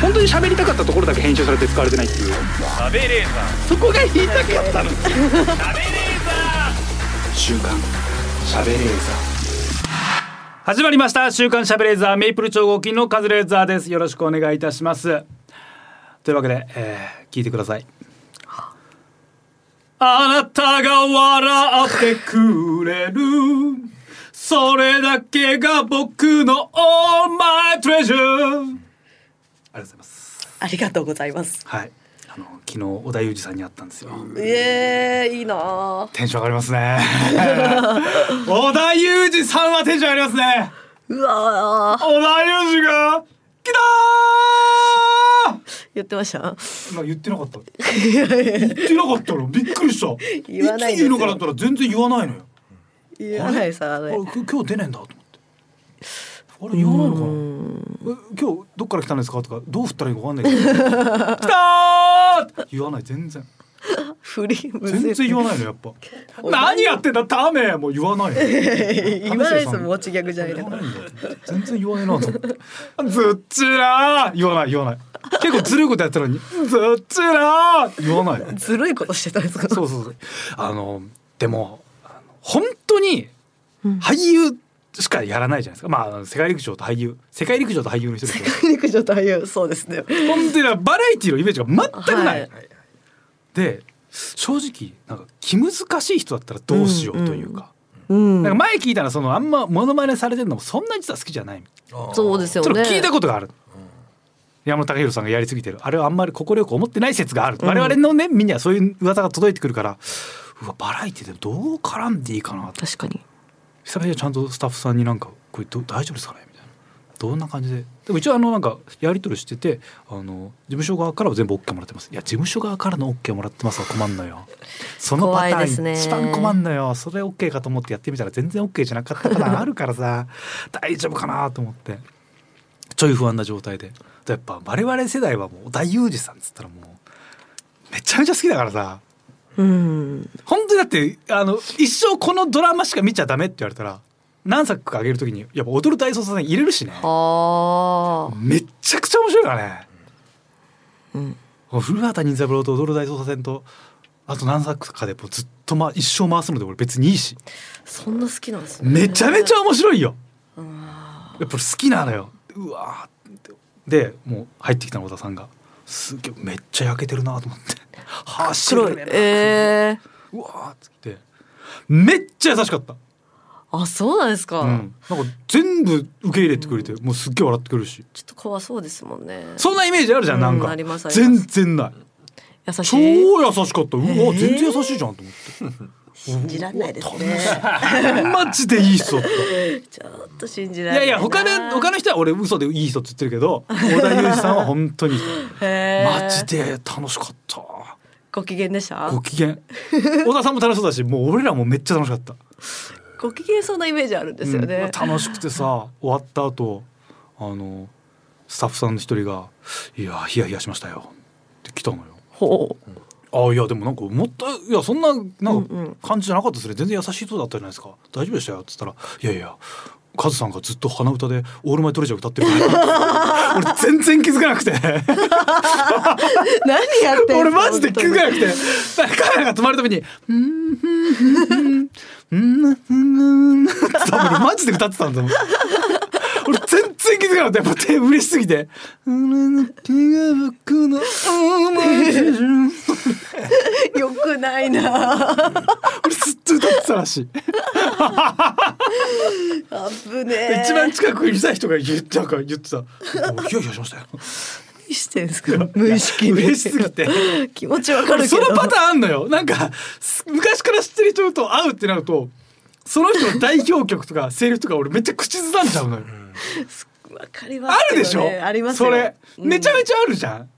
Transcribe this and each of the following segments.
本当に喋りたかったところだけ編集されて使われてないっていう食べレーザそこが言いたかったのー食べレーザ週刊しゃべレーザー始まりました週刊しゃべレーザーメイプル超合金のカズレーザーですよろしくお願いいたしますというわけで、えー聞いてくださいあなたが笑ってくれるそれだけが僕のオーマイトレジャーありがとうございますありがとうございます。はいあの昨日小田裕二さんに会ったんですよええいいなあ。テンション上がりますね小田裕二さんはテンション上がりますねうわあ、小田裕二が来言ってました。たーまあ言ってなかった言ってなかったのびっくりした言わないんですよつ言うのかなと思ったら全然言わないのよ言わないさ、ああれれ。き今日出ねえんだと思ってあれ言わないのかなえ今日どっから来たんですかとかどう振ったらいいかわかんないけど来たーって言わない全然振り、むずい全然言わないのやっぱ何やってんだダメもう言わないの言わないですもん、持ちギャグじゃない言だかわらない。んだ全然言わねえなと思ってずっちらー言わない言わない結構ずるいことやってるのにずっちらー言わないずるいことしてたんですか。そうそうそうあのでもあの本当に俳優しかやらないじゃないですかまああの世界陸上と俳優世界陸上と俳優の人ですけど陸上という、そうですね。本当にバラエティのイメージが全くない、はいで正直なんか気難しい人だったらどうしようというか、うんなんか前聞いたらそのあんまモノマネされてるのもそんな実は好きじゃないみたいなーそうですよそね。れ聞いたことがある。山本隆弘さんがやりすぎてるあれはあんまり快く思ってない説がある、我々のねみんなそういう噂が届いてくるからうわバラエティでどう絡んでいいかなと確かに。久々にちゃんとスタッフさんになんか「これど大丈夫ですかね?」みたいなどんな感じででも一応あのなんかやり取りしててあの事務所側からは全部 OK もらってますいや事務所側からの OK もらってますは困んの よそのパ怖タいでーすンね一番困んのよそれ OK かと思ってやってみたら全然 OK じゃなかったパター ンあるからさ大丈夫かなと思ってちょい不安な状態でやっぱ我々世代はもう小田裕二さんっつったらもうめちゃめちゃ好きだからさうん。本当にだってあの一生このドラマしか見ちゃダメって言われたら何作かあげるときにやっぱ踊る大捜査線入れるしねああ。めっちゃくちゃ面白いからねうん。古畑任三郎と踊る大捜査線とあと何作かでもうずっと、ま、一生回すので俺別にいいしそんな好きなんですね。めちゃめちゃ。ゃ面白いよやっぱ好きなのようわーってでもう入ってきたの小田さんがすげえめっちゃ焼けてるなと思って走黒るいね。ええうわーっつってめっちゃ優しかったあ、そうなんですか。うん、なんか全部受け入れてくれて、もうすっげえ笑ってくれるしちょっと怖そうですもんね。そんなイメージあるじゃん、うんなんかありますあり全ます然ない優し超い。優しかったうわ、ー全然優しいじゃんと思信じられないですね。 ってマジでいい人だったちょっと信じられいなやい。いや他で他の人は俺嘘でいい人って言ってる けど小田裕二さんは本当にいい人へーマジで楽しかったご機嫌でしたご 機嫌小田さんも楽しそうだしもう俺らもめっちゃ楽しかったご機嫌そうなイメージあるんですよね、うん楽しくてさ終わった後あのスタッフさんの一人が「いやヒヤヒヤしましたよ」って来たのよ。ほあいやでもなんか思ったいやそんななんうんうんか感じじゃなかったですね全然優しい人だったじゃないですか大丈夫でしたよっつったら「いやいやカズさんがずっと鼻歌でオールマイトレジャー歌ってるから」俺全然気づかなくてう何やってんの俺マジで気づかなくてカメラが止まるたびに「うーんふんふんふんふんうーんふんふんふん」って多分俺マジで歌ってたんだもん。俺全然気づかなかったやっぱ手嬉しすぎて「俺の手が僕のオールマイトレジャー」よくないな俺ずっと歌ってたらしい、危ねえ一番近くにいた人が言ってなんか言ってた「ヒヤヒヤしましたよ何してんですか無意」識に嬉しすぎて気持ちわかるけそどのパターンあんのよなんかす昔から知ってる人と会うってなるとその人の代表曲とかセリフとか俺めっちゃ口ずさんじゃうのよ、わかりまあすけどねるでしょありますよそれうんめちゃめちゃあるじゃん、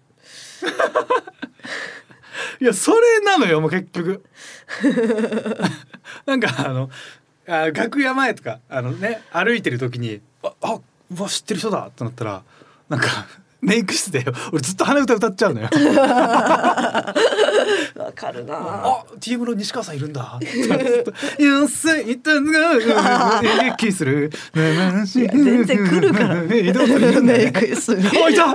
いやそれなのよもう結局なんかあのあ楽屋前とかあのね歩いてる時に「ああうわ知ってる人だ」ってなったらなんかメイク室で俺ずっと鼻歌歌っちゃうのよわかるな。あ TM の西川さんいるんだ「よせいたがキする」いや全然来るから。移動するんだメイねク室に。おいた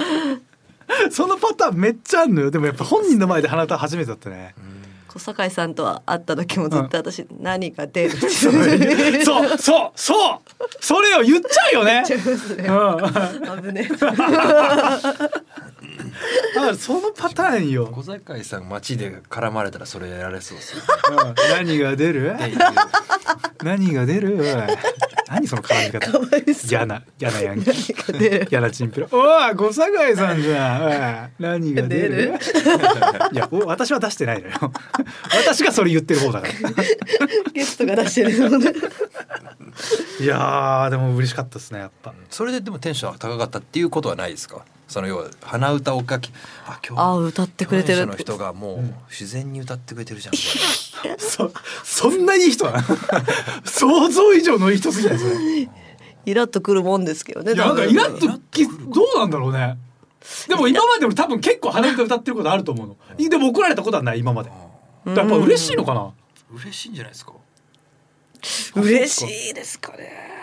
そのパターンめっちゃあんのよでもやっぱ本人の前で鼻歌初めてだったね小堺さんとは会った時もずっと私何か出るって そうそうそうそれを言っ ちゃうよね言っちゃいますねうん危ね だからそのパターンよ。小坂井さん街で絡まれたらそれやられそうですよね。うん何が出る？何が出る？おい何その絡みえ。方か。わいそう。嫌な嫌なヤンキ ー。何か出る。嫌なチンピラ。おい、小坂井さんじゃん。おい何が出る？ いや、お私は出してないのよ。 私がそれ言ってる方だから。ゲストが出してるので。 いやー、でも嬉しかったですね、やっぱ。 それででもテンションが高かったっていうことはないですか。その要は鼻歌をかきあ今日あ歌ってくれてる共演者の人がもう自然に歌ってくれてるじゃん。そそんなにいい人なの想像以上のいい人すぎないそれ。いイラッとくるもんですけどね。や、なんか多イ分ラッとき、どうなんだろうね。でも今までも多分結構鼻歌歌ってることあると思うの。でも怒られたことはない、今まで。だからやっぱ嬉しいのかな。嬉しいんじゃないですか。嬉しいですかね。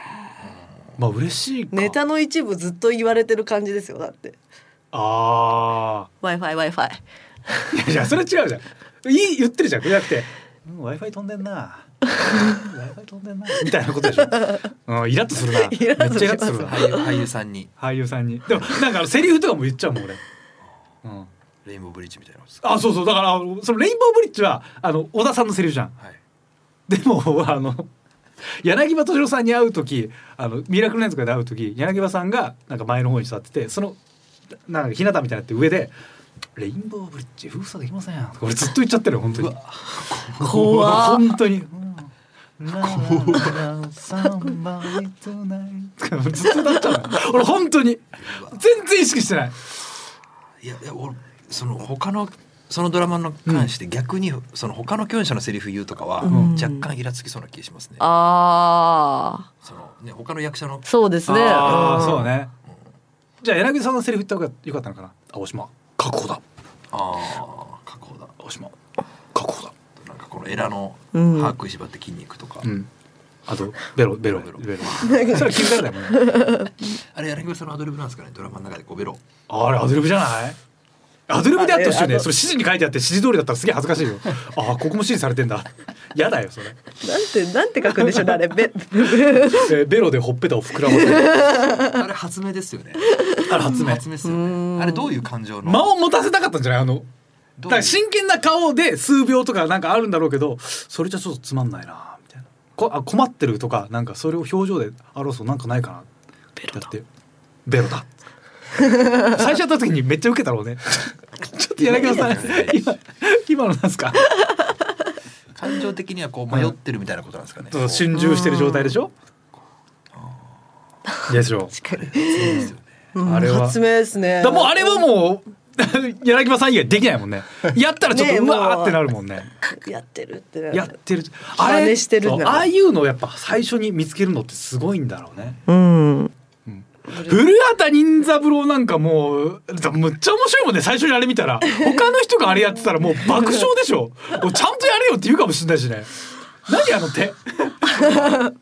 まあ嬉しいか。ネタの一部ずっと言われてる感じですよ。だって。ああ。 Wi-Fi Wi-Fi。いやいやそれ違うじゃん。いい言ってるじゃん。じゃなくて、うん Wi-Fi 飛んでん な。Wi-Fi 飛んでんな。みたいなことでし ょ。うん、イラッとするな。めっちゃラッとしますイラッとするな。俳優俳優さんに俳優さんに。でもなんかあのセリフとかも言っちゃうもん俺。うん。レインボーブリッジみたいなことですか。あ、そうそう。だからあのそのレインボーブリッジはあの小田さんのセリフじゃん。はい。でもあの柳葉敏郎さんに会う時あのミラクルナイツとかで会う時柳葉さんがなんか前の方に座っててそのなんか日向みたいになって上で「レインボーブリッジ封鎖できません」とか俺ずっと言っちゃってるよ本当に。怖っ本当に。うん なあなあなあ Somebody tonight とか ずっと歌っちゃうの俺本当に全然意識してないいやいや俺その他のそのドラマの関して逆にその他の共演者のセリフ言うとかはん若干イラつきそうな気がしますね。ああ、そのね他の役者のそうですね。ああそうねじゃあ柳葉さんのセリフ言った方がよかったのかな青島確保だああ加工だ青島確保だなんかこのエラのうん把握縛って筋肉とか、うん。あとベロベロベベロロベロ。それ金メダルだもんね。あれ柳葉さんのアドリブなんですかねドラマの中でこうベロ あれアドリブじゃない？アドリブであってほしいよあれあね。のそれ指示に書いてあって指示通りだったらすげえ恥ずかしいよ。 ああここも指示されてんだ。 やだよそれ。なんてなんて書くんでしょうねあ れ。べえーベロでほっぺたを膨らませる。あれ発明ですよねあれ発明。発明ですよねあれどういう感情の間を持たせたかったんじゃないあの。どだうからいう真剣な顔で数秒とかなんかあるんだろうけど、それじゃちょっとつまんないなみたいな。こあ困ってるとかなんかそれを表情で表すとなんかないかな。ベロだってベロだ。 最初やった時にめっちゃ受けたろうね。 ちょっと柳葉さん今今のなんですか。感情的にはこう迷ってるみたいなことなんですかね、そう心中してる状態でしょ。でしょ。確かに。ですよねあれは発明ですね。だからもうあれはもう 柳葉さん以外できないもんね。やったらちょっねえとうわもーうってなるもんね。やってるってなるやってる。真似してるんだそうああいうのをやっぱ最初に見つけるのってすごいんだろうね。うん。古畑任三郎なんかもうだむっちゃ面白いもんね最初にあれ見たら他の人があれやってたらもう爆笑でしょもうちゃんとやれよって言うかもしれないしね何あの手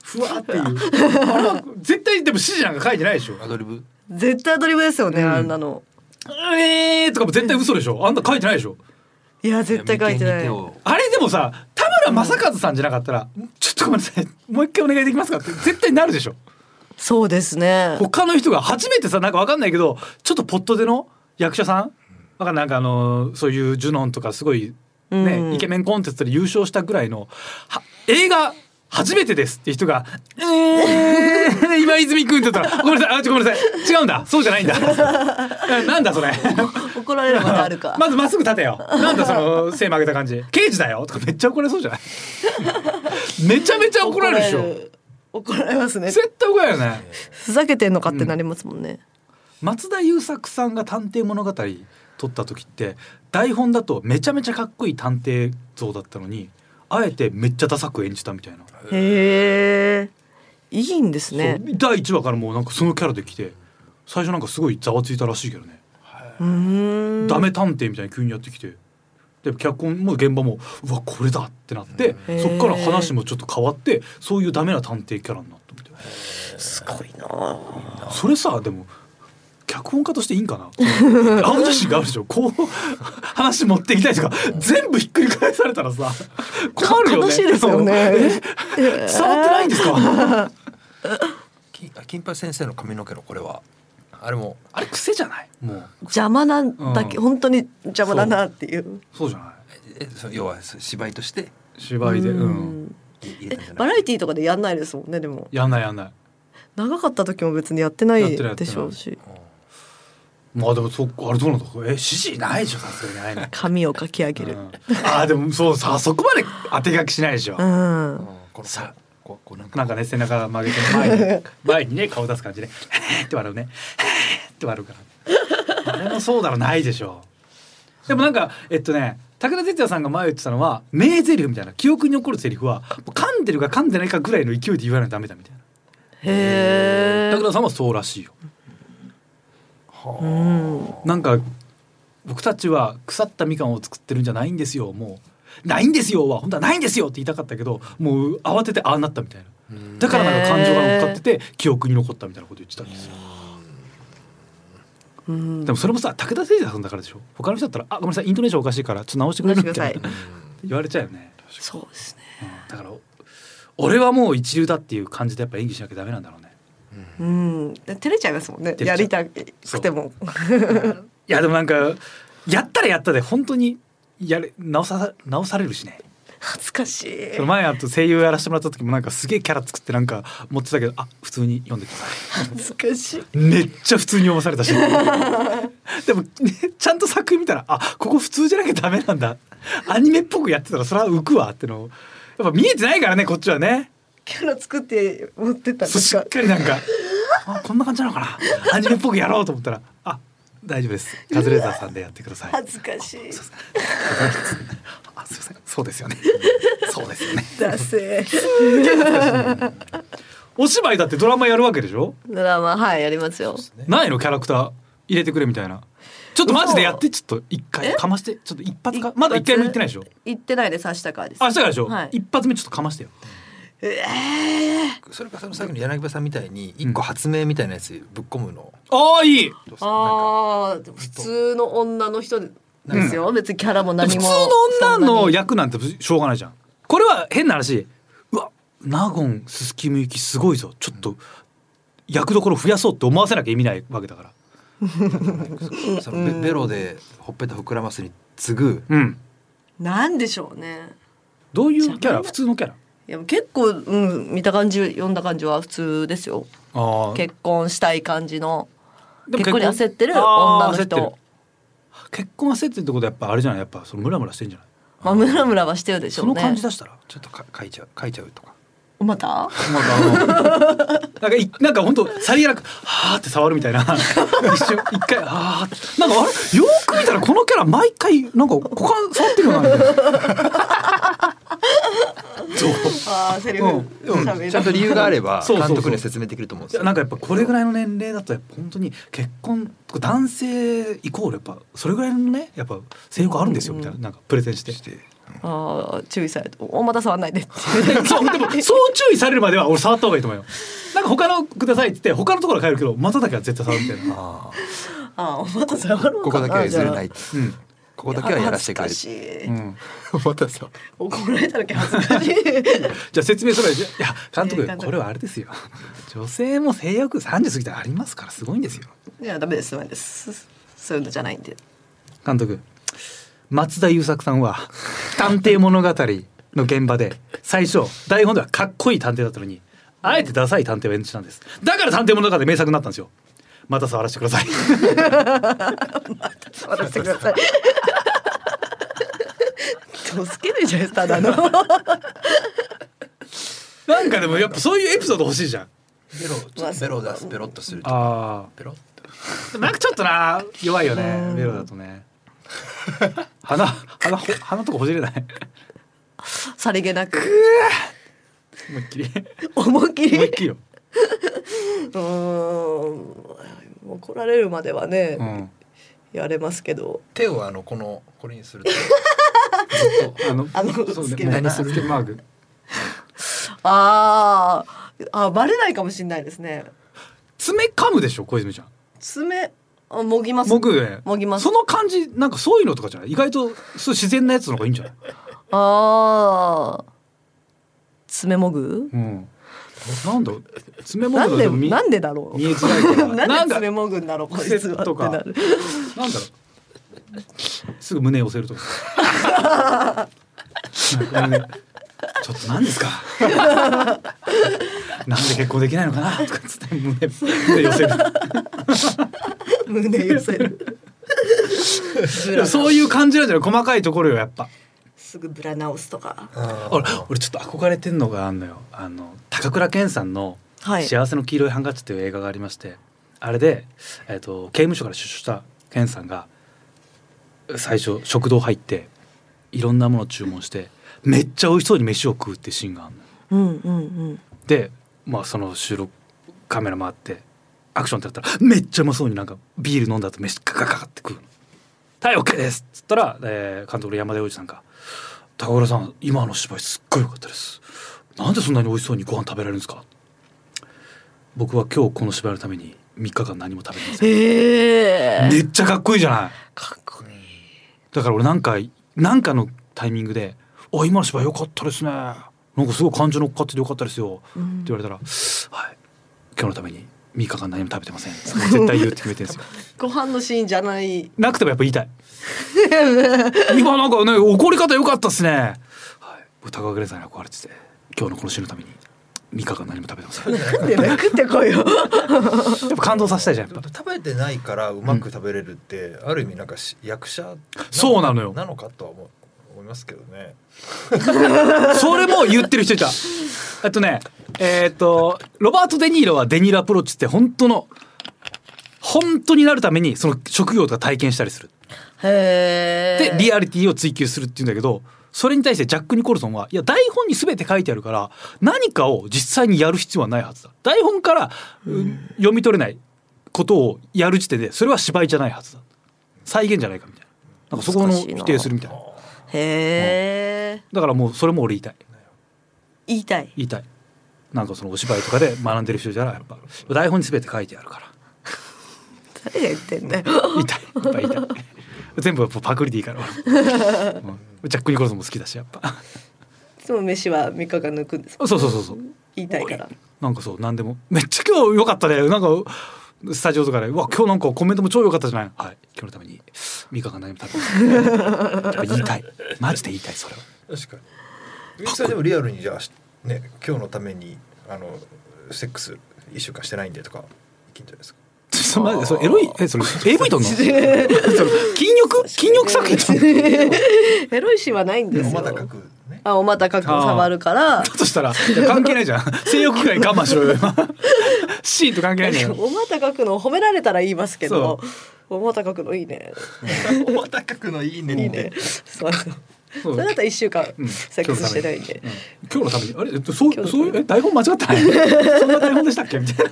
ふわっていうあれは絶対でも指示なんか書いてないでしょアドリブ絶対アドリブですよね、うんあんなの。えーとかも絶対嘘でしょあんな書いてないでしょいや絶対書いてない。眉間に手をあれでもさ田村正和さんじゃなかったら「ちょっとごめんなさいもう一回お願いできますか?」って絶対なるでしょそうですね。他の人が初めてさなんかわかんないけどちょっとポットでの役者さんわかんないなんかあのーそういうジュノンとかすごいね、うんイケメンコンテストで優勝したぐらいのは映画初めてですっていう人が「えー、今泉君」って言ったら「ごめんなさいあちょごめんなさい違うんだそうじゃないんだえなんだそれ」怒られるまであるか。 まずまっすぐ立てよなんだその背曲げた感じ刑事だよとかめっちゃ怒られそうじゃないめちゃめちゃ怒られるでしょょ。怒られますね。絶対怒られるよねふざけてんのかってなりますもんね。松田優作さんが探偵物語撮った時って台本だとめちゃめちゃかっこいい探偵像だったのにあえてめっちゃダサく演じたみたいな、へえ。いいんですね。そう第1話からもうなんかそのキャラで来て最初なんかすごいざわついたらしいけどね、うーんダメ探偵みたいに急にやってきてで脚本も現場もうわこれだってなって、うんそっから話もちょっと変わってそういうダメな探偵キャラになったみたいなすごいなそれさでも脚本家としていいんかな 青写真があるでしょこう話持っていきたいとか全部ひっくり返されたらさ困るよね悲しいですよ ね伝わってないんですか金金八先生の髪の毛のこれはあれもあれ癖じゃないもう邪魔なんだけ、うん本当に邪魔だなっていうそうじゃないえそう要はそう芝居として芝居でうん、うんい入れえたんじゃなバいラエティーとかでやんないですもんねでもやんないやんない長かった時も別にやってなやっいてないやってでないしょうしまあでもそっかあれどうなんだろうえ指示ないでしょさすがにないね髪をかき上げるうんあーでもそうさそこまで当て書きしないでしょ、うん、うんこのさこうこうなんかなんかね背中曲げて前に前にね顔出す感じね って笑うねって笑うからあれもそうだろうないでしょでもなんかえっとね武田鉄矢さんが前言ってたのは名台詞みたいな記憶に残る台詞はもう噛んでるか噛んでないかぐらいの勢いで言わないとダメだみたいへなえ武田さんはそうらしいよはあうんなんか僕たちは腐ったみかんを作ってるんじゃないんですよもうないんですよは本当はないんですよって言いたかったけどもう慌ててああなったみたいなだからなんか感情が乗っかってて記憶に残ったみたいなこと言ってたんですようんでもそれもさ武田誠也さんだからでしょ他の人だったら「あごめんなさいイントネーションおかしいからちょっと直してくれる?」みたい直してくなだ言われちゃうよね、そうですねうんだから俺はもう一流だっていう感じでやっぱ演技しなきゃダメなんだろうねうんで照れちゃいますもんね照れちゃやうりたくてもいやでもなんかやったらやったで本当にやれ直さ直されるしね恥ずかしいその前あと声優やらせてもらった時もなんかすげえキャラ作ってなんか持ってたけどあ普通に読んでくださ恥ずかしいいめっちゃ普通に読まされた しでも、ね、ちゃんと作品見たらあここ普通じゃなきゃダメなんだアニメっぽくやってたらそれは浮くわってのをやっぱ見えてないからねこっちはねキャラ作って持ってったんそうでしすかっかりなんかあこんな感じなのかなアニメっぽくやろうと思ったらあ大丈夫ですカズレーザーさんでやってくだ さい恥ずかしいあすいませんそうですよ ねそうですよねだせお芝居だってドラマやるわけでしょ ドラマはいやりますよないのキャラクター入れてくれみたいなちょっとマジでやってちょっと一回かましてちょっと一発かまだ一回も言ってないでしょ行ってないです明日からですあしたからでしょ、はい一発目ちょっとかましてよええそれかその最後の柳葉さんみたいに一個発明みたいなやつぶっ込むのああいいどうするなんかああ普通の女の人ですよ別にキャラも普何通もの女そんのなに役なんてしょうがないじゃんこれは変な話うわナゴンススキム行きすごいぞちょっと役どころ増やそうって思わせなきゃ意味ないわけだからそそのベベロでほっぺた膨らますに次ぐうんなんでしょうねどういうキャ邪魔ラだ普通のキャラいや結構うん見た感じ読んだ感じは普通ですよあ結婚したい感じのでも結婚に焦ってるあー女の人焦ってる結婚焦ってるってことはやっぱあれじゃないやっぱそのムラムラしてんじゃないまあムラムラはしてるでしょそうねの感じ出したらちょっとか書いちゃう書いちゃうとかまたなんか あのなんかいなんか本当さりげなくはーって触るみたいな一瞬一回はーってなんかあれよく見たらこのキャラ毎回なんか股間触ってるよなみたいな そうああセリフフうんうん喋ちゃんと理由があれ ばそうそう監そう督には説明できると思うんいですやよなんかやっぱこれぐらいの年齢だとやっぱ本当に結婚男性イコールやっぱそれぐらいのねやっぱ性欲あるんですよみたいななんかプレゼンして。してああ注意されておまた触んないでって そうでもそう注意されるまでは俺触った方がいいと思うよ。なんか他のくださいって言って他のところは変えるけどまただけは絶対触るみたいな。あ ああおまた触ろーうここかだなけは譲れないじうんこゃこあだけはやらせてくれ恥ずかしい、うんまたさ怒られただけ恥ずかしいじゃあ説明するわよいや監督いや監督これはあれですよ女性も性欲30過ぎたらありますからすごいんですよい やダメですダメですそういうのじゃないんで監督松田優作さんは「探偵物語」の現場で最初台本ではかっこいい探偵だったのにあえてダサい探偵を演じたんですだから探偵物語で名作になったんですよまた触らせてください触らせてください助けるじゃないですかただのなんかでもやっぱそういうエピソード欲しいじゃんベロちょっとベロ出すベロっとするとあベロっあなんかちょっとな弱いよねベロだとね鼻鼻ほ鼻とかほじれないさりげなく思いっきり思いっきり思いっきりようーん怒られるまではね、うんやれますけど手をあのこのこれにするとずっとあのあのそうつねけない何するってマークあーあバレないかもしれないですね爪噛むでしょ小泉ちゃん爪あもぎます僕ねもぎますその感じなんかそういうのとかじゃない意外とそう自然なやつの方がいいんじゃない、あー爪もぐうん、なんだ爪もなぐんだでと見なんでだろう見えづらいから なんでなん爪かもぐんだろうこいつは癖とかってなるなんだろうすぐ胸押せるとか なんかねちょっと何ですかなんで結婚できないのかなとかつって 胸胸寄せる胸寄 せるブでもラそういう感じなんじゃない細かいところよやっぱすぐブラ直すとか俺俺ちょっと憧れてんのがあんのよあの高倉健さんの「はい幸せの黄色いハンカチ」という映画がありまして、あれで、えっと刑務所から出所した健さんが最初食堂入っていろんなものを注文してめっちゃ美味しそうに飯を食うってシーンがあるのようんうんうんで、まあ、その収録カメラ回ってアクションってなったらめっちゃうまそうになんかビール飲んだ後飯カカカカって食うの「はい OK です」っつったら、えー監督の山田洋次さんが「高倉さん今の芝居すっごい良かったです」「なんでそんなに美味しそうにご飯食べられるんですか?」「僕は今日この芝居のために3日間何も食べてません」へえめっちゃかっこいいじゃないかっこいいだから俺なんかなんかのタイミングで「あ今の芝居良かったですね」なんかすごい感情乗っかってて良かったですよ、って言われたら「はい今日のために3日間何も食べてません」絶対言うって決めてるんですよご飯のシーンじゃないなくてもやっぱ言いたい 今なんかね怒り方良かったっすね、はい、僕高倉さんに憧れてて今日のこのシーンのために3日間何も食べてませんやなんでね食って こいよっぱ感動させたいじゃんやっぱ食べてないからうまく食べれるって、ある意味なんかし役者そうなのよなのかとは思う思いますけどねそれも言ってる人いた。あとね、えーっと、ロバート・デ・ニーロはデニーロアプローチって本当の、本当になるためにその職業とか体験したりする。へえで、リアリティを追求するっていうんだけど、それに対してジャック・ニコルソンは、いや、台本に全て書いてあるから、何かを実際にやる必要はないはずだ。台本から、うん読み取れないことをやる時点で、それは芝居じゃないはずだ。再現じゃないかみたいな。なんかそこの難しいな否定するみたいな。へえだからもう、それも俺言いたい。言いたい言いたいなんかそのお芝居とかで学んでる人じゃないやっぱ台本に全て書いてあるから誰が言ってんだよ言いたいやっぱ言いたい全部やっぱパクリでいいから俺、うんジャック・ニコルソンも好きだしやっぱいつも飯は三日間抜くんですかそうそうそうそう言いたいからなんかそう何でもめっちゃ今日良かったねなんかスタジオとかで「うわ今日なんかコメントも超良かったじゃないはい今日のために三日間何も食べない」やっぱ言いたいマジで言いたいそれは 確かにゆきさんでもリアルにじゃあしね今日のためにあのセックス一週間してないんでとかいけんじゃないですかちょっとマジでそれエロいえそれ AV とんのそれ禁欲禁欲作品撮んのエロいシーンはないんでですもよまだ書くね あおまたかく触るからだとしたらいや関係ない じゃん性欲以外我慢しろよ今シーンと関係ないじゃん おまたかくの褒められたら言いますけどそおまたかくのいいねおまた書くのいいねいいねそうそそうれだったら一週間うんセックスしてないんで今日のためにあれえっとそう今日そのういたうめえ台本間違ってない そんな台本でしたっけみたいな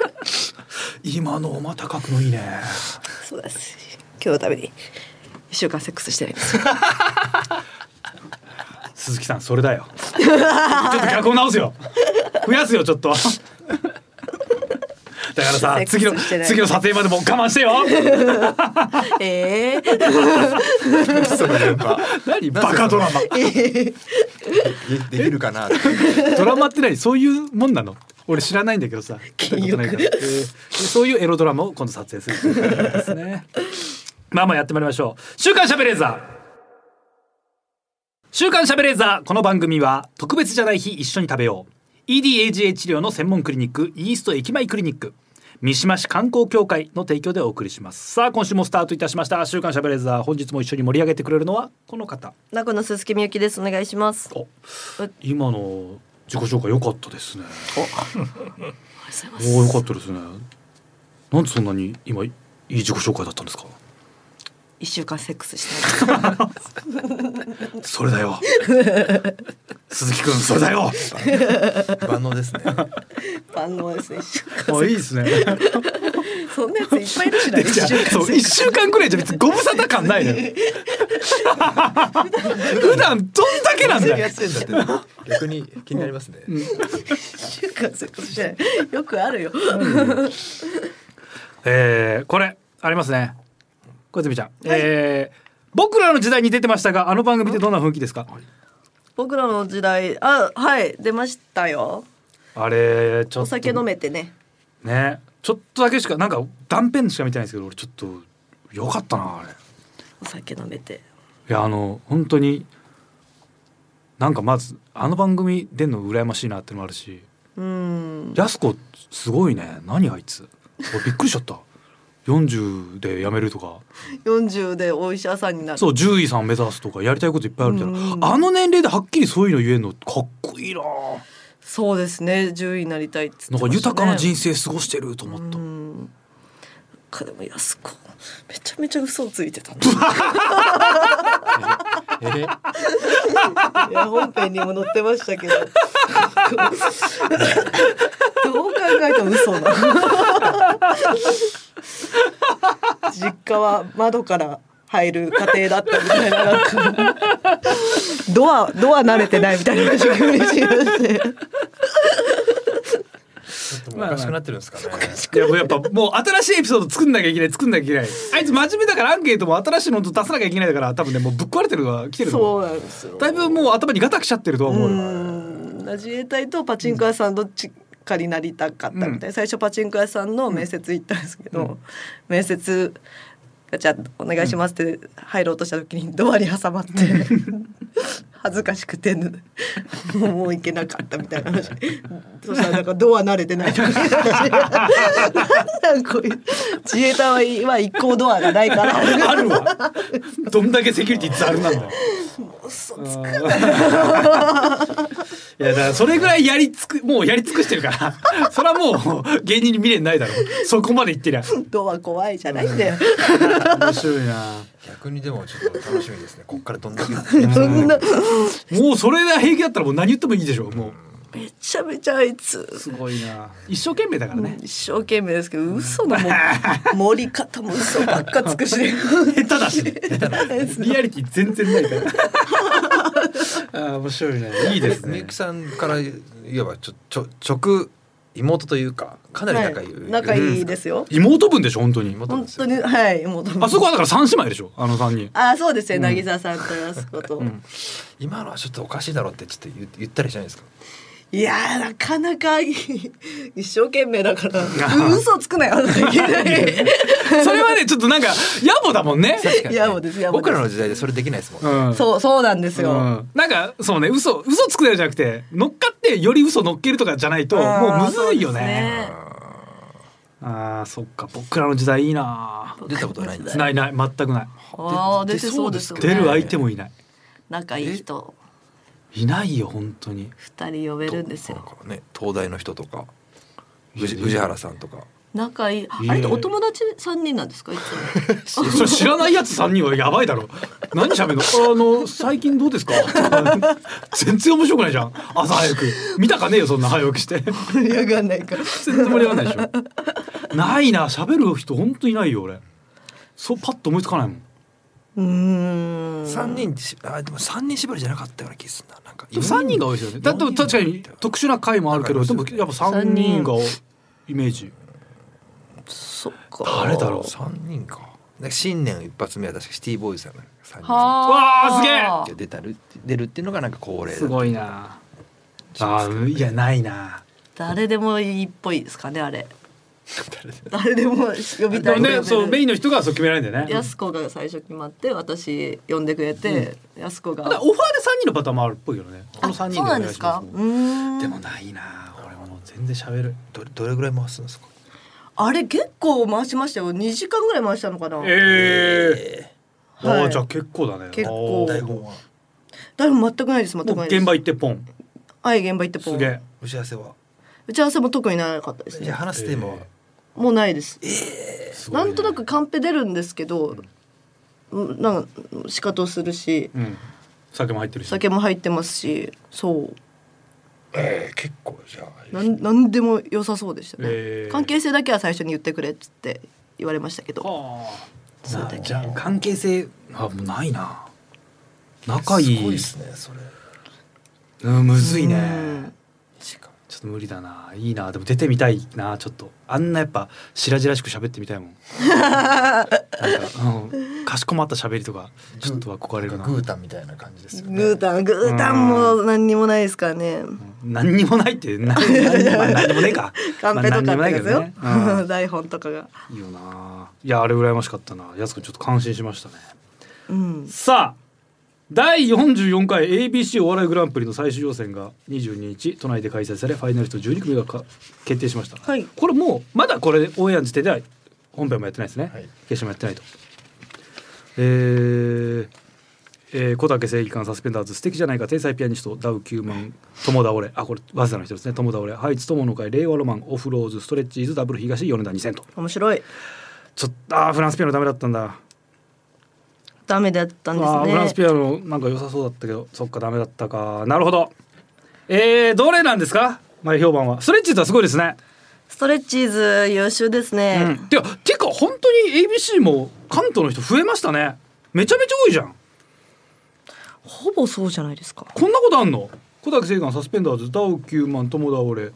今のまた書くのいいねそうです今日のために一週間セックスしてないん ですよ鈴木さんそれだよちょっと脚本直すよ増やすよちょっ とだからさセックス次のしてない次の撮影までもう我慢して よええその現場何バカドラマ でできるかなって ドラマって何そういうもんなの俺知らないんだけどさ聞いたことないから、えーそういうエロドラマを今度撮影するということなんですねまあまあやってまいりましょう「週刊しゃべレーザー」週刊しゃべレーザーこの番組は特別じゃない日一緒に食べよう EDAGA 治療の専門クリニックイースト駅前クリニック三島市観光協会の提供でお送りしますさあ今週もスタートいたしました週刊しゃべレーザー本日も一緒に盛り上げてくれるのはこの方名古の鈴木みゆきですお願いしますお今の自己紹介良かったですねおお良かったですね。なんでそんなに今いい自己紹介だったんですか。一週間セックスして ないそれだ よ。鈴木くんそれだよ。万能ですね 万能ですね一週間あいいですね。そんなやついっぱいいるしな一じ週ゃあ間そう一週間くらいじゃ別にご無沙汰感ないの よ普段どんだけなん何だやよってんだって逆に気になりますね、一週間セックスしてないよくあるよえー、これありますね小泉ちゃん、えー僕らの時代に出てましたがあの番組ってどんな雰囲気ですか僕らの時代あはい出ましたよあれちょっとお酒飲めてねねちょっとだけしかなんか断片しか見てないんですけど俺ちょっとよかったなあれいお酒飲めてやあの本当になんかまずあの番組出んの羨ましいなってのもあるしうんやす子すごいね何あいつ俺びっくりしちゃった40で辞めるとか40でお医者さんになるそう獣医さん目指すとかやりたいこといっぱいあるみたいうんうなんあの年齢ではっきりそういうの言えるのかっこいいなそうですね獣医になりたいっつってなまんしたねか豊かな人生過ごしてると思ったうんかでも安子めちゃめちゃ嘘をついてたねえいや本編にも載ってましたけど どう考えても嘘な 実家は窓から入る家庭だったみたいななんかドアドア慣れてないみたいな話が嬉しい ですねちょっともうおかしくなってるんですかね、いやもうやっぱもう新しいエピソード作んなきゃいけない作んなきゃいけないあいつ真面目だからアンケートも新しいの出さなきゃいけないだから多分ねもうぶっ壊れてるわ来てるそのうなんですよだいぶもう頭にガタきちゃってるとは思うようん自衛隊とパチンコ屋さんどっちかになりたかったみたいな、う最初パチンコ屋さんの面接行ったんですけど、面接ガチャお願いしますって入ろうとした時にドアに挟まって 恥ずかしくてもうもう行けなかったみたいな話そしたらなんかドア慣れてない とか言ってたしなんだこういう自衛隊は一向ドアがないか らあるわどんだけセキュリティざるなんだよいやだからそれぐらいやりつくもうやり尽くしてるからそれはもう芸人に未練ないだろうそこまで言ってりゃドア怖いじゃないんだよ。面白いな逆にでもちょっと楽しみですねこっからどんだけそんなもうそれが平気だったらもう何言ってもいいでしょうもめちゃめちゃあいつうすごいな一生懸命だからね一生懸命ですけど嘘のも盛り方も嘘ばっかつくしね下手だ しねリアリティ全然ないから。 ああ面白いね。いいです みねゆき。さんから言えばちょちょ直妹というかかなり仲いい、はい仲いいですよ。妹分でしょ本当に。妹本ですよ当にはいもうあそこはだから三姉妹でしょあの三人。あそうですね渚さんと安子と、今のはちょっとおかしいだろうってちょっと言言ったりしないですかいやーなかなかいい一生懸命だから嘘つくなよとか言 えないそれはねちょっとなんか野暮だもんね。 いやもうですやもうで僕すらの時代でそれできないですもん、うねん。そうそうなんですうよ、ん。なんかそうね嘘嘘つくやじゃなくて乗っかってより嘘乗っけるとかじゃないともうむずいようね。ああそっか僕らの時代いいな。出たことないんですねないない全くない。ああ出出てそうですよね出る相手もいない。仲いい人いないよ本当に。二人呼べるんですなんよかね東大の人とか藤藤原さんとか仲いいえあれってお友達三人なんですかいつもそれ知らないやつ三人はやばいだろ何喋るのあの最近どうですか 全然面白くないじゃん朝早く見たかねえよそんな早起きして盛り上がんないから全然盛り上がんないでしょないな喋る人本当いないよ俺そうパッと思いつかないもんうーん三人しあでも三人縛りじゃなかったような気がするななんかでも3人が多いですよねだって確かに特殊な回もあるけどでもやっぱ3人がイメージそっか誰だろう三人かなんか新年一発目は確かシティボーイズさんが三人わあすげえはで出たる出るっていうのがなんか恒例だすごいなあーいやないな誰でもいいっぽいですかねあれ誰でも呼でびたもいねそうメインンの人がそう決められるんだよねやす子が最初決まって私呼んでくれて、やすこただがオファーで三人のパターンもあるっぽいけどね。この三人そうなんですかお願いしうまーんでもないな。俺も全然喋る。どれどれぐらい回すんですかあれ結構回しましたよ2時間ぐらい回したのかなええー。はいああじゃあ結構だね。結構あー台本は誰も全くないです全くもうないです現場行ってポン。はい現場行ってポすンげえ。打ち合わせは打ち合わせも特にならなかったですじねゃあ話すテーマは、もうないですすごいなねんとなく。カンペ出るんですけど、うん、なんか仕方するしうん。酒も入ってるし。酒も入ってますしそうええ結構じゃあなんなんでも良さそうでしたね、えー関係性だけは最初に言ってくれっつって言われましたけどはそうだあねじゃあ関係性あもうないな仲いいすごいですねそれうん、むずいねうんちょっと無理だないいなでも出てみたいなちょっとあんなやっぱ白々しく喋ってみたいもんなんか、うん、かしこまった喋りとかちょっと憧れるなグータンみたいな感じですよねグータングータンも何にもないですからね何にもないってな何 にもまあ何にもねえかカンペとまかあ何にもなあいっけたどんですよね、うん 台本とかがいいよないやあれ羨ましかったなやすくんちょっと感心しましたねうんさあ第44回 ABC お笑いグランプリの最終予選が22日都内で開催されファイナリスト12組がか決定しました、はいこれもうまだこれオンエアの時点では本編もやってないですね、はい決勝もやってないとえーえー小竹正義感サスペンダーズ素敵じゃないか天才ピアニストダウ9万友倒れあこれ早稲田の人ですね友倒れハイツ友の会令和ロマンオフローズストレッチーズダブル東米田2000と面白いちょっとあーフランスピアノダメだったんだダメだったんですあーフランスねピアノなんか良さそうだったけどそっかダメだったかなるほどえー、どれなんですか前評判はストレッチーズはすごいですね、ストレッチーズ優秀ですね、うんてかてか本当に ABC も関東の人増えましたねめちゃめちゃ多いじゃんほぼそうじゃないですかこんなことあんの小竹正義サスペンダーズダウ9万友倒れ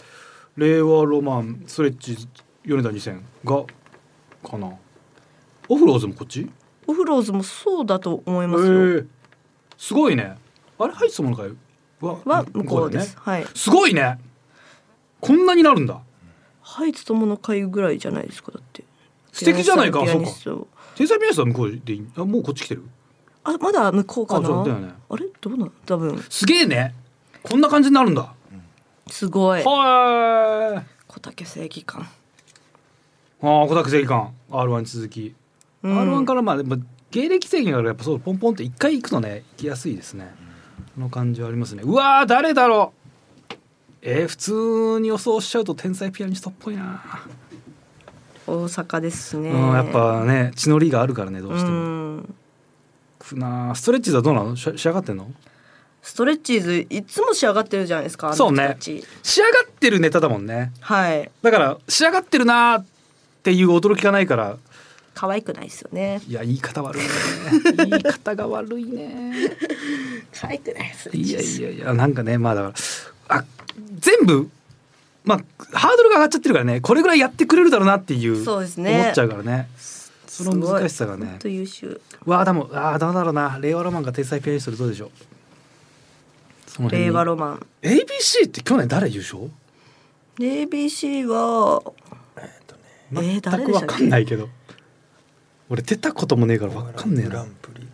令和ロマンストレッチーズ米田2000がかなオフローズもこっちオフローズもそうだと思いえますよ、ーすごいねあれ入ってたものかよはは向こうです、はいすごいねこんなになるんだハイツ友の会ぐらいじゃないですかだって素敵じゃないかピアニスト天才ピアニストは向こうでいいあもうこっち来てるあまだ向こうかなあそうだよねあれどうなの多分すげえねこんな感じになるんだすごいはーい小竹正義感あー小竹正義感 R1 に続き、うん R1 からまあでも芸歴制限があるからやっぱそうポンポンって一回行くとね行きやすいですねこの感じはありますねうわー誰だろうえー、普通に予想しちゃうと天才ピアニストっぽいな、大阪ですねうんやっぱね血のりがあるからねどううしても、んくなーストレッチーズはどうなのし仕上がってんのストレッチーズいつも仕上がってるじゃないですかそうねあの人たち仕上がってるネタだもんねはいだから仕上がってるなーっていう驚きがないから可愛くないですよねいや言い方悪い ね言い方が悪いね可愛くないですいやいやいやなんかねまあだからあ全部まあハードルが上がっちゃってるからねこれぐらいやってくれるだろうなっていうそうですね思っちゃうからねその難しさがすごいほねんと優秀わあでもあーどうだろうな令和ロマンが天才ピアニストでどうでしょうその辺に令和ロマン ABC って去年誰優勝 ABC はえー全誰くでしわたっけかんないけど俺出たこともねえからわかんねえグラなンプリ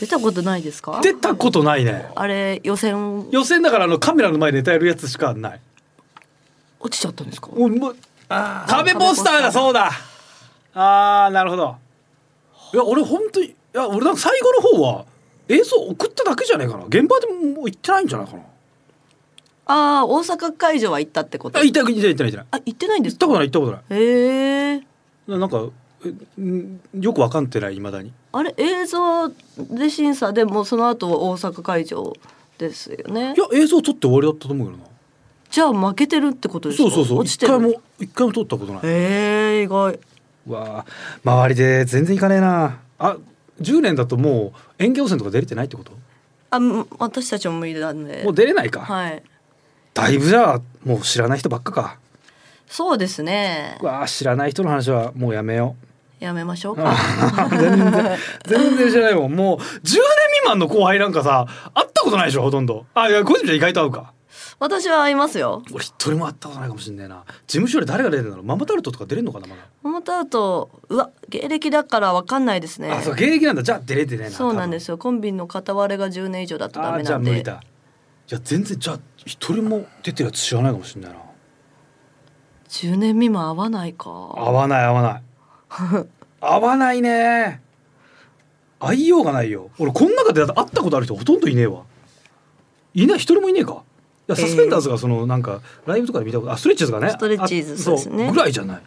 出たことないですか出たことないねあれ予選予選だからあのカメラの前でネタやるやつしかない落ちちゃったんですかおもう壁ポスターだそうだあーなるほどいや俺本当にいや俺なんか最後の方は映像送っただけじゃないかな現場でもう行ってないんじゃないかなああ大阪会場は行ったってことあ行った行ってない行ってない行ってないあ行ってないんで行っすたかことない行ったことないへえななんかえんよくわかんてない未だにあれ映像で審査でもうその後大阪会場ですよねいや映像撮って終わりだったと思うけどなじゃあ負けてるってことですそかうそうそう落ち一てる回も一回も撮ったことないへえ意外うわあ周りで全然行かねえなあ10年だともう園芸汚染とか出れてないってことあん私たちも無理なんでもう出れないか、はいだいぶじゃあもう知らない人ばっかかそうですねうわあ知らない人の話はもうやめようやめましょう か全然全然知らないもんもう10年未満の後輩なんかさ会ったことないでしょほとんどあいや小泉ちゃん意外と会うか私は会いますよ俺一人も会ったことないかもしんねえな事務所で誰が出てるんだろうママタルトとか出れんのかなまだ、桃太郎とうわ芸歴だからわかんないですねあそう現役なんだじゃあ出れてねえなそうなんですすよコンビの片割れが10年以上だとダあーメじゃなあん無理でだいや全然じゃあ一人も出てるやつ知らないかもしんないな10年未満会わないか合わない合わない合わないね合いようがないよ俺この中で会ったことある人ほとんどいねえわいない一人もいねえかいやサスペンダーズがそのなんかライブとかで見たことあストレッチーズがねストレッチーズあそうですねぐらいじゃない